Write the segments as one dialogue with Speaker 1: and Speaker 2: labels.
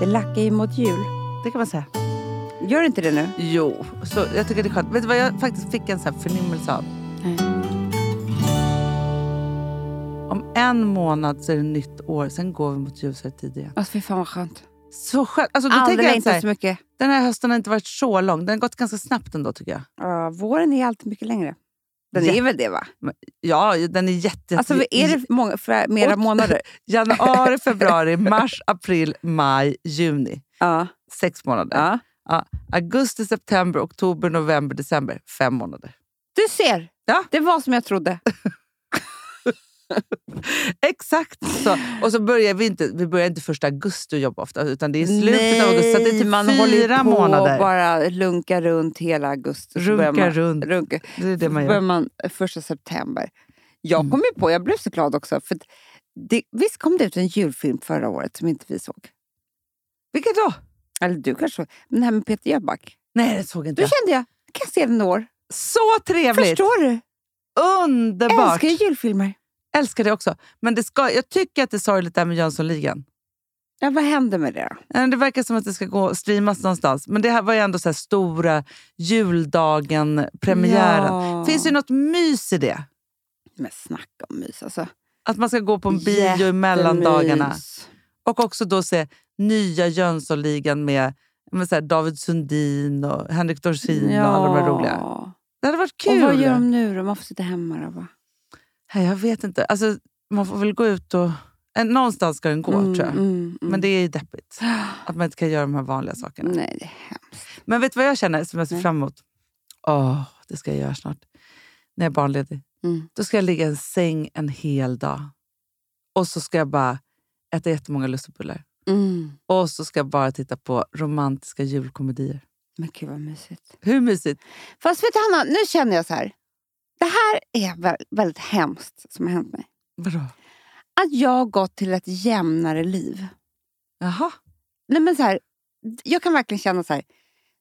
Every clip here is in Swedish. Speaker 1: Det lackar ju mot jul.
Speaker 2: Det kan man säga.
Speaker 1: Gör det inte det nu?
Speaker 2: Jo, så jag tycker det är skönt. Vet du vad jag faktiskt fick en så här förnimmelse av?
Speaker 1: Nej.
Speaker 2: Om en månad så är det nytt år, sen går vi mot ljusare tid igen.
Speaker 1: Alltså, fy fan vad skönt.
Speaker 2: Så skönt! Alltså, då tänker
Speaker 1: Aldrig
Speaker 2: jag så
Speaker 1: inte
Speaker 2: här,
Speaker 1: så mycket.
Speaker 2: den här hösten har inte varit så lång. Den har gått ganska snabbt ändå tycker jag.
Speaker 1: Ja, våren är alltid mycket längre. Den
Speaker 2: Ja.
Speaker 1: är väl det va?
Speaker 2: Ja, den är jätte...
Speaker 1: Alltså är det många, för, mera
Speaker 2: Och-
Speaker 1: månader?
Speaker 2: Januari, februari, mars, april, maj, juni.
Speaker 1: Ja.
Speaker 2: Sex månader.
Speaker 1: ja.
Speaker 2: Augusti, september, oktober, november, december. Fem månader.
Speaker 1: Du ser!
Speaker 2: Ja.
Speaker 1: Det var som jag trodde.
Speaker 2: Exakt så. Och så börjar vi inte, vi börjar inte första augusti att jobba ofta, utan det är slutet av augusti. Så det är typ
Speaker 1: man håller
Speaker 2: fyra
Speaker 1: ju på
Speaker 2: månader.
Speaker 1: och bara lunka runt hela augusti. så börjar
Speaker 2: Runka
Speaker 1: man,
Speaker 2: runt.
Speaker 1: Runka.
Speaker 2: Det är det man
Speaker 1: börjar
Speaker 2: gör.
Speaker 1: man eh, första september. Jag
Speaker 2: Mm.
Speaker 1: kom ju på, jag blev så glad också. För att det, visst kom det ut en julfilm förra året som inte vi såg?
Speaker 2: Vilket då?
Speaker 1: Eller du kanske såg? Men den här med Peter Jöback.
Speaker 2: Nej, det såg inte
Speaker 1: Då
Speaker 2: jag.
Speaker 1: kände jag, kan jag se den i år?
Speaker 2: Så trevligt!
Speaker 1: Förstår du? Jag
Speaker 2: Underbart!
Speaker 1: älskar ju julfilmer.
Speaker 2: Älskar det också. Men det ska, jag tycker att det är sorgligt det här med Jönssonligan.
Speaker 1: Ja, vad händer med det då?
Speaker 2: Eh, Det verkar som att det ska gå och streamas någonstans. Men det här var ju ändå så här stora juldagen-premiären.
Speaker 1: Ja.
Speaker 2: Finns det något mys i det?
Speaker 1: Men snacka om mys alltså.
Speaker 2: Att man ska gå på en bio i mellandagarna.
Speaker 1: Jättemys.
Speaker 2: Och också då se nya Jönssonligan med, med så här David Sundin och Henrik Dorsin och alla de här roliga.
Speaker 1: Ja.
Speaker 2: Det hade varit
Speaker 1: Och
Speaker 2: kul.
Speaker 1: vad gör de nu då? Man får sitta hemma då va?
Speaker 2: Nej, Jag vet inte. Alltså, man får väl gå ut och... eh, Någonstans ska den gå,
Speaker 1: Mm,
Speaker 2: tror jag.
Speaker 1: mm, mm.
Speaker 2: Men det är ju deppigt att man inte kan göra de här vanliga sakerna.
Speaker 1: Nej, det är hemskt.
Speaker 2: Men vet du vad jag känner som jag ser
Speaker 1: Mm. Nej.
Speaker 2: fram emot? Åh, det ska jag göra snart. När jag är barnledig.
Speaker 1: Mm.
Speaker 2: Då ska jag ligga i en säng en hel dag. Och så ska jag bara äta jättemånga lussebullar.
Speaker 1: Mm.
Speaker 2: Och så ska jag bara titta på romantiska julkomedier.
Speaker 1: Men gud vad mysigt.
Speaker 2: Hur mysigt?
Speaker 1: Fast vet du Hanna, nu känner jag så här. Det här är vä- väldigt hemskt som har hänt mig.
Speaker 2: Vadå?
Speaker 1: Att jag har gått till ett jämnare liv.
Speaker 2: Jaha.
Speaker 1: Nej, men så här, jag kan verkligen känna så här.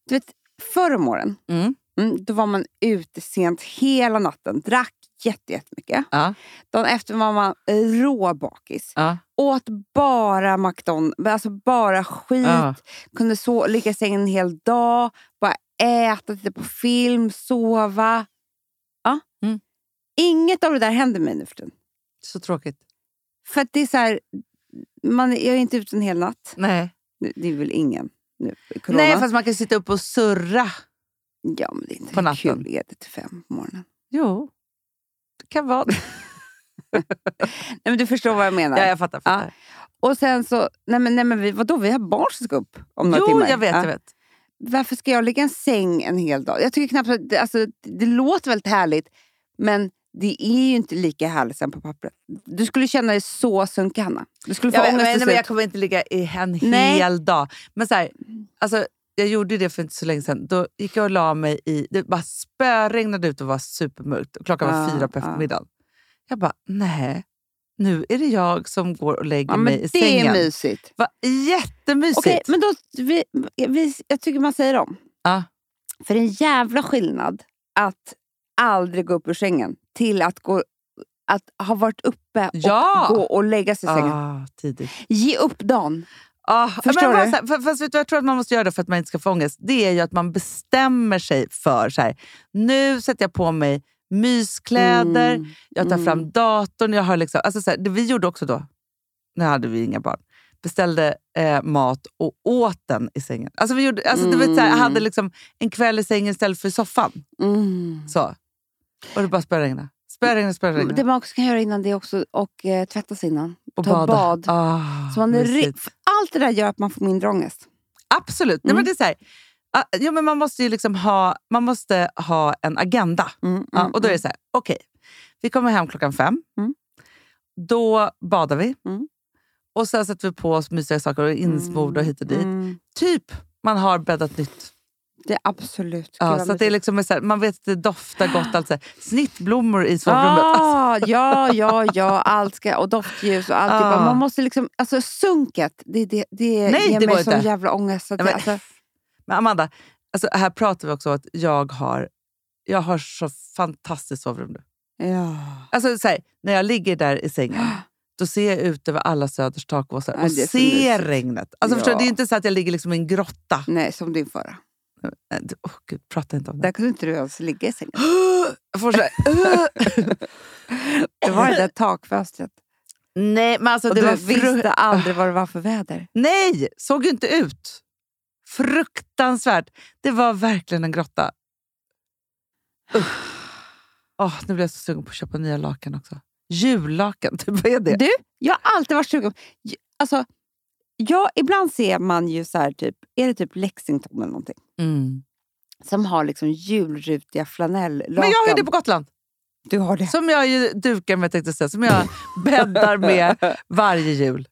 Speaker 1: Du vet, förr om åren,
Speaker 2: Mm.
Speaker 1: mm, då var man ute sent hela natten. Drack jätte, jättemycket.
Speaker 2: Ja.
Speaker 1: Dagen efter var man eh, råbakis.
Speaker 2: Ja.
Speaker 1: Åt bara McDonalds, alltså bara skit.
Speaker 2: Ja.
Speaker 1: Kunde so- ligga i sängen en hel dag, bara äta, titta på film, sova. Ja.
Speaker 2: Mm.
Speaker 1: Inget av det där händer mig nu för tiden.
Speaker 2: Så tråkigt.
Speaker 1: För att det är så här, man, jag är inte ute en hel natt.
Speaker 2: Nej.
Speaker 1: Det- Det är väl ingen nu i corona.
Speaker 2: Nej, fast man kan sitta upp och surra.
Speaker 1: Ja, men det är inte
Speaker 2: På
Speaker 1: på
Speaker 2: natten.
Speaker 1: kul är det till fem på morgonen.
Speaker 2: Jo. Det kan vara det.
Speaker 1: Nej, men du förstår vad jag menar.
Speaker 2: Ja, jag fattar. fattar.
Speaker 1: Och sen så, nej men, nej, men vi, vadå, vi har barn som ska upp om några
Speaker 2: Jo,
Speaker 1: timmar.
Speaker 2: jag vet.
Speaker 1: Ja.
Speaker 2: Jag vet.
Speaker 1: Varför ska jag ligga i en säng en hel dag? Jag tycker knappt att, det- alltså, det låter väldigt härligt, men det är ju inte lika härligt sen på pappret. Du skulle känna dig så sunkig, Hanna. Du skulle få
Speaker 2: Jag, vet,
Speaker 1: ångest
Speaker 2: men,
Speaker 1: till
Speaker 2: nej, men jag
Speaker 1: slut.
Speaker 2: kommer inte ligga i en
Speaker 1: Nej.
Speaker 2: hel dag. Men så här, alltså, jag gjorde ju det för inte så länge sedan. Då gick jag och la mig i... Det bara spöregnade ut och var supermörkt. Och klockan var
Speaker 1: Ja,
Speaker 2: fyra på
Speaker 1: ja.
Speaker 2: eftermiddagen. Jag bara, nej. Nu är det jag som går och lägger
Speaker 1: Ja, men
Speaker 2: mig i
Speaker 1: det
Speaker 2: sängen.
Speaker 1: är mysigt.
Speaker 2: Vad jättemysigt!
Speaker 1: Okej, men då, vi, vi, jag tycker man säger om.
Speaker 2: Ja.
Speaker 1: För det är en jävla skillnad att aldrig gå upp ur sängen till att, gå, att ha varit uppe och
Speaker 2: Ja.
Speaker 1: gå och lägga sig i sängen.
Speaker 2: ah, tidigt.
Speaker 1: Ge upp dagen.
Speaker 2: Ah,
Speaker 1: Förstår
Speaker 2: men bara
Speaker 1: du?
Speaker 2: Så här, fa- fast vet du, vad jag tror att man måste göra det för att man inte ska få ångest. Det är ju att man bestämmer sig för så här, nu sätter jag på mig myskläder,
Speaker 1: Mm,
Speaker 2: jag tar
Speaker 1: mm.
Speaker 2: fram datorn. Jag har liksom, alltså så här, det vi gjorde också då, nu hade vi inga barn, beställde eh, mat och åt den i sängen. Alltså vi gjorde, alltså, du vet, så här, jag
Speaker 1: Mm.
Speaker 2: hade liksom en kväll i sängen istället för i soffan.
Speaker 1: Mm.
Speaker 2: Så. Och det bara spöregna. Spöregna, spöregna.
Speaker 1: Det man också kan göra innan det är också och eh, tvätta sig innan.
Speaker 2: och
Speaker 1: ta bad.
Speaker 2: Ah,
Speaker 1: Så man är
Speaker 2: mysigt.
Speaker 1: ri- Allt det där gör att man får mindre ångest.
Speaker 2: Absolut. Nej, men
Speaker 1: Mm.
Speaker 2: det är så här, ah, jo, men man måste ju liksom ha, man måste ha en agenda. Ja, Mm, och då är det så här, okej. vi kommer hem klockan fem.
Speaker 1: Mm.
Speaker 2: Då badar vi.
Speaker 1: Mm.
Speaker 2: Och sen sätter vi på oss mysiga saker och är insmorda och hit och dit.
Speaker 1: Mm.
Speaker 2: Typ, man har bäddat nytt.
Speaker 1: Det är absolut.
Speaker 2: Ja,
Speaker 1: Gud,
Speaker 2: så
Speaker 1: vad
Speaker 2: att det är
Speaker 1: mysigt.
Speaker 2: liksom så här, man vet att det doftar gott. Alltså. Snittblommor i sovrummet. Alltså,
Speaker 1: Ah, ja, ja, ja. Allt ska, och doftljus och allt.
Speaker 2: Ah.
Speaker 1: Det är bara- Man måste liksom, alltså sunket, det, det, det
Speaker 2: Nej,
Speaker 1: ger
Speaker 2: det går
Speaker 1: mig sån
Speaker 2: inte.
Speaker 1: jävla ångest. Så att
Speaker 2: Nej, men-
Speaker 1: jag, alltså,
Speaker 2: Men Amanda, alltså, här pratar vi också om att jag har, jag har så fantastiskt sovrum nu.
Speaker 1: ja.
Speaker 2: Alltså, så här, när jag ligger där i sängen, Då ser jag ut över alla Söders takåsar
Speaker 1: Ja,
Speaker 2: och
Speaker 1: det är så
Speaker 2: ser
Speaker 1: mysigt.
Speaker 2: regnet. Alltså, förstår, du?
Speaker 1: Ja.
Speaker 2: det är inte så att jag ligger liksom i en grotta.
Speaker 1: Nej, som din förra.
Speaker 2: Nej, du- Åh Gud, prata inte om det.
Speaker 1: Där kunde inte du ens ligga i sängen.
Speaker 2: Jag får så här,
Speaker 1: Det var det där takfönstret.
Speaker 2: Nej, men alltså
Speaker 1: Och
Speaker 2: det
Speaker 1: du
Speaker 2: var fru-
Speaker 1: visste aldrig vad det var för väder.
Speaker 2: Nej, såg ju inte ut. Fruktansvärt. Det var verkligen en grotta. Usch. Åh, nu blir jag så sugen på att köpa nya lakan också. Jullakan, typ, vad är det?
Speaker 1: Du, jag har alltid varit sugen. J- Alltså, ja, ibland ser man ju så här, typ, är det typ Lexington eller någonting?
Speaker 2: Mm.
Speaker 1: Som har liksom julrutiga flanellakan.
Speaker 2: Men jag har ju det på Gotland,
Speaker 1: Du har det.
Speaker 2: som jag ju dukar med tänkte jag säga, som jag bäddar med varje jul.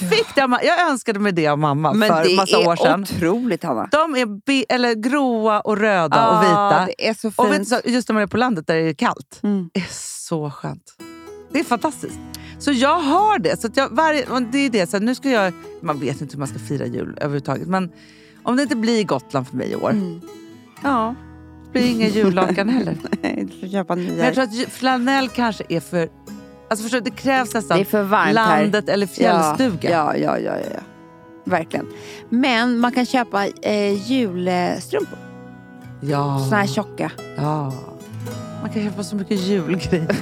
Speaker 2: Jag, fick det, av ma- jag önskade mig det av mamma
Speaker 1: Men
Speaker 2: för
Speaker 1: det
Speaker 2: massa
Speaker 1: är
Speaker 2: år sedan.
Speaker 1: otroligt, Hanna.
Speaker 2: De är be- eller gråa och röda och
Speaker 1: Ah,
Speaker 2: vita.
Speaker 1: det är så fint.
Speaker 2: Och vet, du så- just när man är på landet där det är kallt.
Speaker 1: Mm.
Speaker 2: Det är så skönt. Det är fantastiskt. Så jag har det. Så att jag, varje, och det är det. Så här, nu ska jag, man vet inte hur man ska fira jul överhuvudtaget. Men om det inte blir Gotland för mig i år,
Speaker 1: Mm.
Speaker 2: ja, det blir inga jullakan heller.
Speaker 1: Nej, du får köpa nya.
Speaker 2: Men jag tror att ju- flanell kanske är för... Alltså förstår, du, det krävs
Speaker 1: det är
Speaker 2: nästan
Speaker 1: för varmt här.
Speaker 2: landet eller fjällstuga.
Speaker 1: Ja, ja, ja, ja, ja. Verkligen. Men man kan köpa eh, julstrumpor.
Speaker 2: Ja.
Speaker 1: Såna här tjocka.
Speaker 2: Ja. Man kan köpa så mycket julgrejer.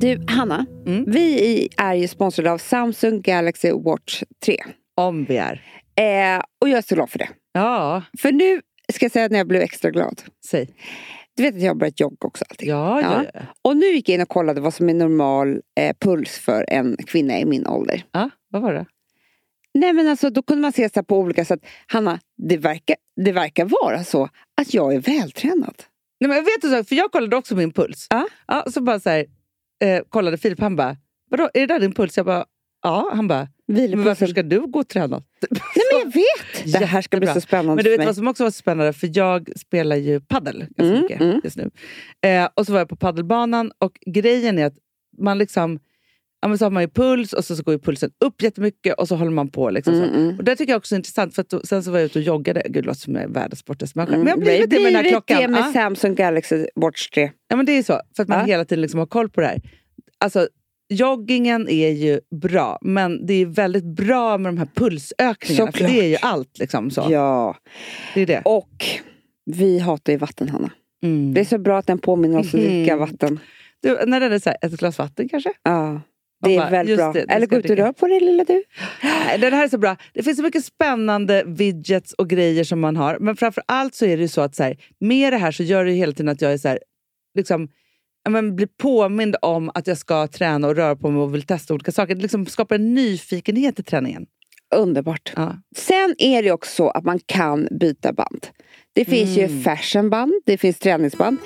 Speaker 1: Du, Hanna.
Speaker 2: Mm.
Speaker 1: Vi i- är ju sponsrade av Samsung Galaxy Watch 3.
Speaker 2: Om vi är.
Speaker 1: Eh, och jag är så glad för det.
Speaker 2: Ja,
Speaker 1: För nu ska jag säga när jag blev extra glad.
Speaker 2: säg.
Speaker 1: Du vet att jag har börjat jogga också alltid.
Speaker 2: Ja, ja. ja.
Speaker 1: Och nu gick jag in och kollade vad som är normal eh, puls för en kvinna i min ålder.
Speaker 2: ja. Vad var det?
Speaker 1: Nej men alltså då kunde man se så här på olika sätt. Hanna, det verkar, det verkar vara så att jag är vältränad.
Speaker 2: Nej, men jag vet en sak, för jag kollade också min puls.
Speaker 1: Ja.
Speaker 2: Ja, så bara så här, eh, kollade Filip, han bara, vadå, är det där din puls? Jag bara, ja. Han bara, men varför ska du gå och träna?
Speaker 1: Nej men jag vet! Det här ska bli
Speaker 2: Jättebra.
Speaker 1: så spännande
Speaker 2: Men du
Speaker 1: för
Speaker 2: vet
Speaker 1: mig.
Speaker 2: vad som också var så spännande, för jag spelar ju paddel ganska
Speaker 1: Mm,
Speaker 2: mycket
Speaker 1: mm.
Speaker 2: just nu. Eh, och så var jag på paddelbanan och grejen är att man liksom, ja, men så har man ju puls och så, så går ju pulsen upp jättemycket och så håller man på. Liksom, så.
Speaker 1: Mm, mm.
Speaker 2: Och det tycker jag också är intressant, för att då, sen så var jag ute och joggade. Gud, det låter som jag är världens sportigaste människa.
Speaker 1: Mm.
Speaker 2: Men jag har blivit det med den här
Speaker 1: blivit
Speaker 2: klockan. Ah.
Speaker 1: det med
Speaker 2: Ja.
Speaker 1: Samsung Galaxy Watch 3.
Speaker 2: Ja, men det är så, för att man
Speaker 1: Ja.
Speaker 2: hela tiden liksom har koll på det här. Alltså, joggingen är ju bra, men det är väldigt bra med de här pulsökningarna. För
Speaker 1: Såklart.
Speaker 2: det är ju allt. Liksom, så.
Speaker 1: Ja.
Speaker 2: Det är det.
Speaker 1: Och vi hatar ju vatten, Hanna.
Speaker 2: Mm.
Speaker 1: Det är så bra att den påminner oss om att dricka
Speaker 2: Mhm.
Speaker 1: vatten.
Speaker 2: Du, när det är så här, ett glas vatten kanske?
Speaker 1: Ja. Det
Speaker 2: Man bara,
Speaker 1: är väldigt
Speaker 2: just
Speaker 1: bra.
Speaker 2: det, det
Speaker 1: Eller
Speaker 2: ska
Speaker 1: gå ut och
Speaker 2: dricka.
Speaker 1: rör på dig lilla du.
Speaker 2: Nej, Den här är så bra. Det finns så mycket spännande widgets och grejer som man har. Men framför allt så är det ju så att så här, med det här så gör det ju hela tiden att jag är så här, liksom, ja, men blir påmind om att jag ska träna och röra på mig och vill testa olika saker. Det liksom skapar en nyfikenhet i träningen.
Speaker 1: Underbart.
Speaker 2: Ja.
Speaker 1: Sen är det också så att man kan byta band. Det finns
Speaker 2: Mm.
Speaker 1: ju fashionband, det finns träningsband,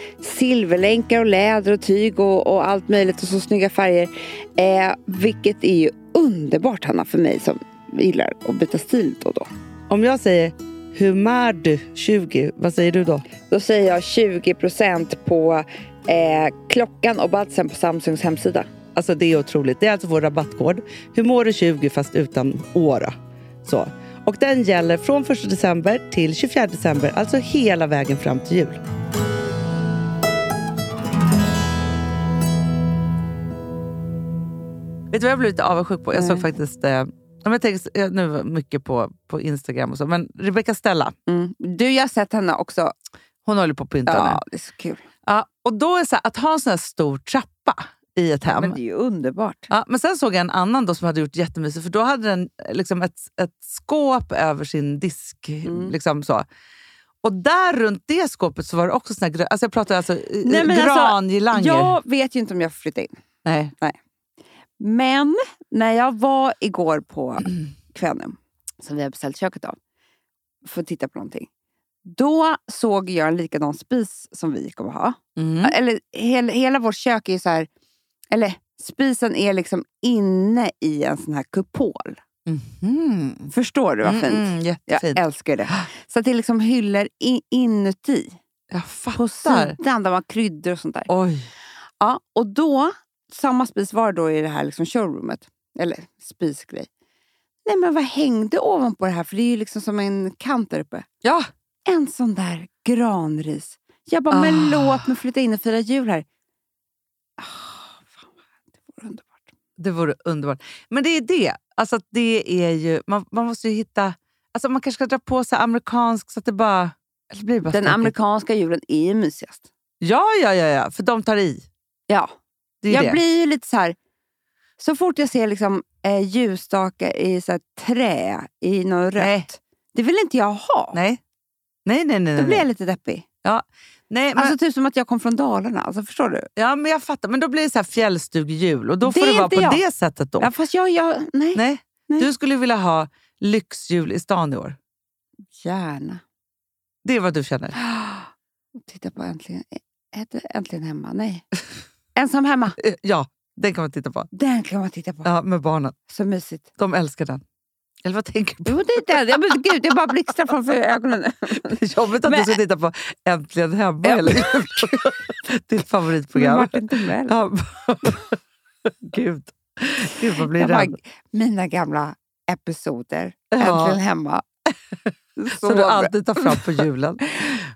Speaker 1: silverlänkar och läder och tyg och, och allt möjligt och så snygga färger. Eh, vilket är ju underbart Hanna för mig som gillar att byta stil då och då.
Speaker 2: Om jag säger hur mår du 20, vad säger du då?
Speaker 1: Då säger jag 20% på eh, klockan och badsen på Samsungs hemsida.
Speaker 2: Alltså det är otroligt. Det är alltså vår rabattkod. Hur mår du 20 fast utan åra. Så. Och den gäller från 1 december till 24 december, alltså hela vägen fram till jul. Vet du vad jag blev lite avundsjuk på? Jag såg
Speaker 1: Nej.
Speaker 2: faktiskt, eh, ja, men jag tänker nu mycket på, på Instagram och så, men Rebecca Stella,
Speaker 1: Mm. Du, jag har sett henne också.
Speaker 2: hon håller på att pynta nu.
Speaker 1: Ja, det är så kul.
Speaker 2: Ja, och då är det så här, att ha en sån här stor trappa i ett hem.
Speaker 1: Men det är ju underbart.
Speaker 2: Ja, men sen såg jag en annan då som hade gjort jättemysigt, för då hade den eh, liksom ett, ett skåp över sin disk.
Speaker 1: Mm.
Speaker 2: Liksom så. Och där runt det skåpet så var det också såna här grö- alltså jag pratar alltså eh,
Speaker 1: Nej, men alltså,
Speaker 2: grangirlanger.
Speaker 1: Jag vet ju inte om jag får flytta in.
Speaker 2: Nej.
Speaker 1: Men när jag var igår på Kvänum, som vi har beställt köket av, för att titta på någonting. Då såg jag en likadan spis som vi kommer ha.
Speaker 2: Mm.
Speaker 1: Eller hela, hela vårt kök är ju så här... Eller spisen är liksom inne i en sån här kupol.
Speaker 2: Mm.
Speaker 1: Förstår du vad fint?
Speaker 2: Mm, mm,
Speaker 1: Jag
Speaker 2: jättefint.
Speaker 1: älskar det. Så att det är liksom hyllor i, inuti.
Speaker 2: Jag
Speaker 1: På
Speaker 2: fattar.
Speaker 1: sidan där man har kryddor och sånt där.
Speaker 2: Oj.
Speaker 1: Ja, och då, samma spis var då i det här liksom showroomet. Eller spisgrej. Nej men vad hängde ovanpå det här? För det är ju liksom som en kant där uppe.
Speaker 2: Ja.
Speaker 1: En sån där granris. Jag bara,
Speaker 2: Ah.
Speaker 1: men låt mig flytta in och fira jul här. Ah, fan vad det vore underbart.
Speaker 2: Det vore underbart. Men det är det. Alltså att det är ju, man, man måste ju hitta... Alltså man kanske ska dra på sig amerikansk så att det bara... Eller blir det bara
Speaker 1: Den
Speaker 2: stökigt?
Speaker 1: amerikanska julen är ju mysigast.
Speaker 2: ja, ja, ja, ja, för de tar i.
Speaker 1: Ja.
Speaker 2: Det är
Speaker 1: jag
Speaker 2: det.
Speaker 1: blir ju lite så här... Så fort jag ser liksom, eh, ljusstakar i så här, trä i något rött,
Speaker 2: Nej.
Speaker 1: det vill inte jag ha.
Speaker 2: Nej, nej, nej. nej,
Speaker 1: Då
Speaker 2: nej,
Speaker 1: blir jag
Speaker 2: nej.
Speaker 1: lite deppig.
Speaker 2: nej men,
Speaker 1: Alltså typ som att jag kom från Dalarna. Alltså, förstår du?
Speaker 2: ja, men jag fattar. Men då blir det så här fjällstugjul och då
Speaker 1: Det
Speaker 2: får
Speaker 1: är
Speaker 2: det vara
Speaker 1: inte
Speaker 2: på
Speaker 1: jag.
Speaker 2: det sättet då.
Speaker 1: Ja, fast jag... jag nej.
Speaker 2: Nej.
Speaker 1: Nej.
Speaker 2: Du skulle vilja ha lyxjul i stan i år.
Speaker 1: Gärna.
Speaker 2: Det är vad du känner.
Speaker 1: Och Titta på Äntligen, Ä- äntligen hemma. Nej. Ensam hemma.
Speaker 2: Eh, Ja, den kan man titta på.
Speaker 1: Den kan man titta på.
Speaker 2: Ja, med barnen.
Speaker 1: Så mysigt.
Speaker 2: De älskar den. Eller vad tänker du?
Speaker 1: Jo, det är den. Jag, men, gud, jag bara blixtrar framför ögonen.
Speaker 2: Jobbigt att
Speaker 1: Men-
Speaker 2: du ska titta på Äntligen hemma.
Speaker 1: Ja.
Speaker 2: Eller? Ditt
Speaker 1: Men
Speaker 2: favoritprogram.
Speaker 1: Martin Timell.
Speaker 2: Ja. Gud. Gud, vad blir
Speaker 1: Jag bara,
Speaker 2: rädd.
Speaker 1: mina gamla episoder. Äntligen
Speaker 2: Ja,
Speaker 1: hemma. Så
Speaker 2: som du
Speaker 1: bra.
Speaker 2: alltid tar fram på julen.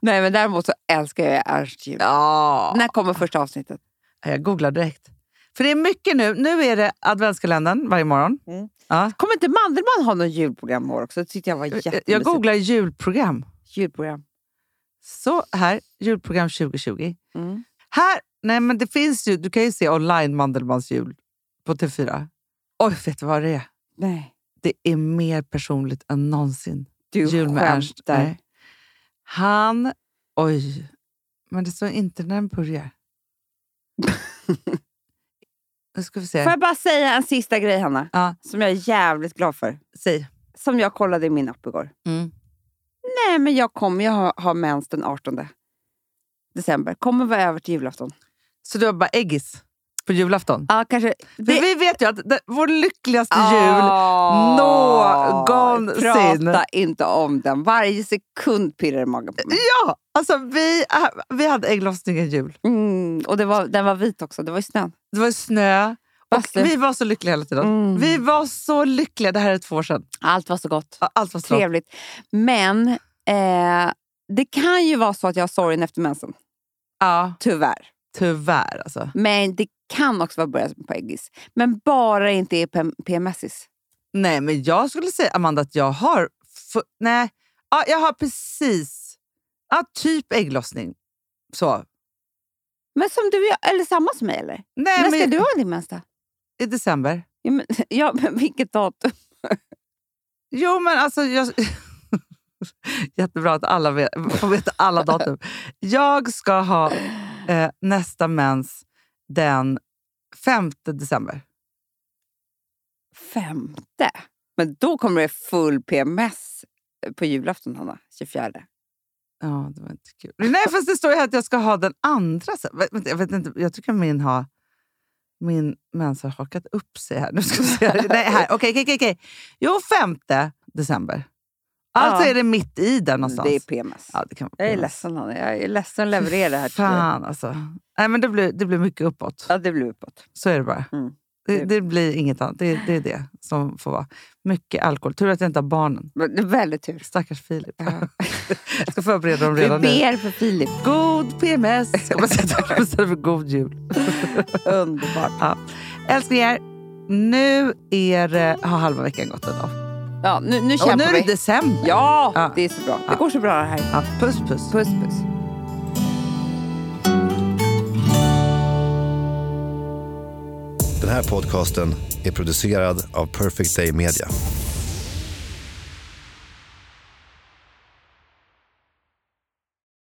Speaker 1: Nej, men däremot så älskar jag Ernst Jul.
Speaker 2: Ja.
Speaker 1: När kommer första avsnittet?
Speaker 2: Eh, Jag googlar direkt. För det är mycket nu. Nu är det adventskalendern varje morgon.
Speaker 1: Mm.
Speaker 2: Ja.
Speaker 1: Kommer inte Mandelmann ha något julprogram i år också? Det tyckte jag var
Speaker 2: Eh, Jag-
Speaker 1: jättemysigt.
Speaker 2: Jag googlar julprogram.
Speaker 1: Julprogram.
Speaker 2: Så här, julprogram 2020.
Speaker 1: Mm.
Speaker 2: Här, nej men det finns ju, du kan ju se online Mandelmans jul på TV4. Oj, vet du vad det är?
Speaker 1: Nej,
Speaker 2: Det är mer personligt än någonsin.
Speaker 1: du
Speaker 2: jul med Ernst.
Speaker 1: skämtar.
Speaker 2: Nej. Han, oj, men det står inte när den börjar. nu ska vi se.
Speaker 1: Får jag bara säga en sista grej, Hanna?
Speaker 2: Ja.
Speaker 1: Som jag är jävligt glad för.
Speaker 2: Säg.
Speaker 1: Som jag kollade i min app igår.
Speaker 2: Mm.
Speaker 1: Nej, men jag kommer ju ha, ha mens den 18 december. Kommer vara över till julafton.
Speaker 2: Så du har bara äggis på julafton?
Speaker 1: Ja, kanske.
Speaker 2: För vi vet ju att det, vår lyckligaste jul...
Speaker 1: Ah,
Speaker 2: någonsin.
Speaker 1: Prata inte om den. Varje sekund pirrar i magen på mig.
Speaker 2: Ja, alltså vi, vi hade ägglossningen jul.
Speaker 1: Mm, och det var, den var vit också. Det var ju snön.
Speaker 2: Det var snö. Och
Speaker 1: Bastu.
Speaker 2: vi var så lyckliga hela tiden.
Speaker 1: Alltså. Mm.
Speaker 2: Vi var så lyckliga. Det här är två år sedan.
Speaker 1: Allt var så gott.
Speaker 2: Ja, Allt var så bra.
Speaker 1: Trevligt. Men eh, det kan ju vara så att jag har sorgen efter mensen.
Speaker 2: Ja,
Speaker 1: Tyvärr.
Speaker 2: tyvärr alltså.
Speaker 1: Men det kan också vara början på äggis. Men bara inte är PM- PMSis.
Speaker 2: Nej, men jag skulle säga Amanda att jag har... fu- Nej, ja, jag har precis... Ja, typ ägglossning. Så.
Speaker 1: Men som du, gör- eller samma som mig eller?
Speaker 2: Nej,
Speaker 1: När ska
Speaker 2: men,
Speaker 1: du ha din mens då?
Speaker 2: I december.
Speaker 1: Ja, men, ja, men vilket datum?
Speaker 2: Jo, men alltså... Jag... Jättebra att alla vet, får veta alla datum. Jag ska ha eh, nästa mens den 5 december.
Speaker 1: Femte? Men då kommer det full PMS eh, på julafton, Hanna. 24.
Speaker 2: Ja, det var inte kul. Nej, fast det står ju här att jag ska ha den andra. sen. Vä- Vänta, jag, vet inte, jag tycker min har... Min mens har hakat upp sig här. Nu ska vi se. här. Nej, här. Okej, okej, okej, okej. Jo, 5 december. Alltså
Speaker 1: Ja.
Speaker 2: är det mitt i där någonstans.
Speaker 1: Det är PMS.
Speaker 2: ja, det kan vara
Speaker 1: Jag är
Speaker 2: PMS.
Speaker 1: ledsen, Hanna. Jag är ledsen att leverera det här till dig.
Speaker 2: Fan alltså. Nej, men det blir, det blir mycket uppåt.
Speaker 1: Ja, det blir uppåt.
Speaker 2: Så är det bara.
Speaker 1: Mm.
Speaker 2: Det, det blir inget annat. Det, det är det som får vara. Mycket alkohol. Tur att jag inte har barnen.
Speaker 1: Men det är Väldigt tur.
Speaker 2: Stackars Filip.
Speaker 1: Ja.
Speaker 2: jag ska förbereda dem
Speaker 1: Vi
Speaker 2: redan nu.
Speaker 1: ber för Filip.
Speaker 2: God PMS! Jag måste säga istället för god jul.
Speaker 1: Underbart.
Speaker 2: Älsklingar, nu är, det- har halva veckan gått idag.
Speaker 1: Ja, nu, nu
Speaker 2: Och nu
Speaker 1: kämpar
Speaker 2: är det
Speaker 1: vi.
Speaker 2: december.
Speaker 1: Ja,
Speaker 2: Ja.
Speaker 1: det är så bra. Det
Speaker 2: Ja.
Speaker 1: går så bra det här.
Speaker 2: Ja, puss puss.
Speaker 1: Puss, puss.
Speaker 3: Den här podcasten är producerad av Perfect Day Media.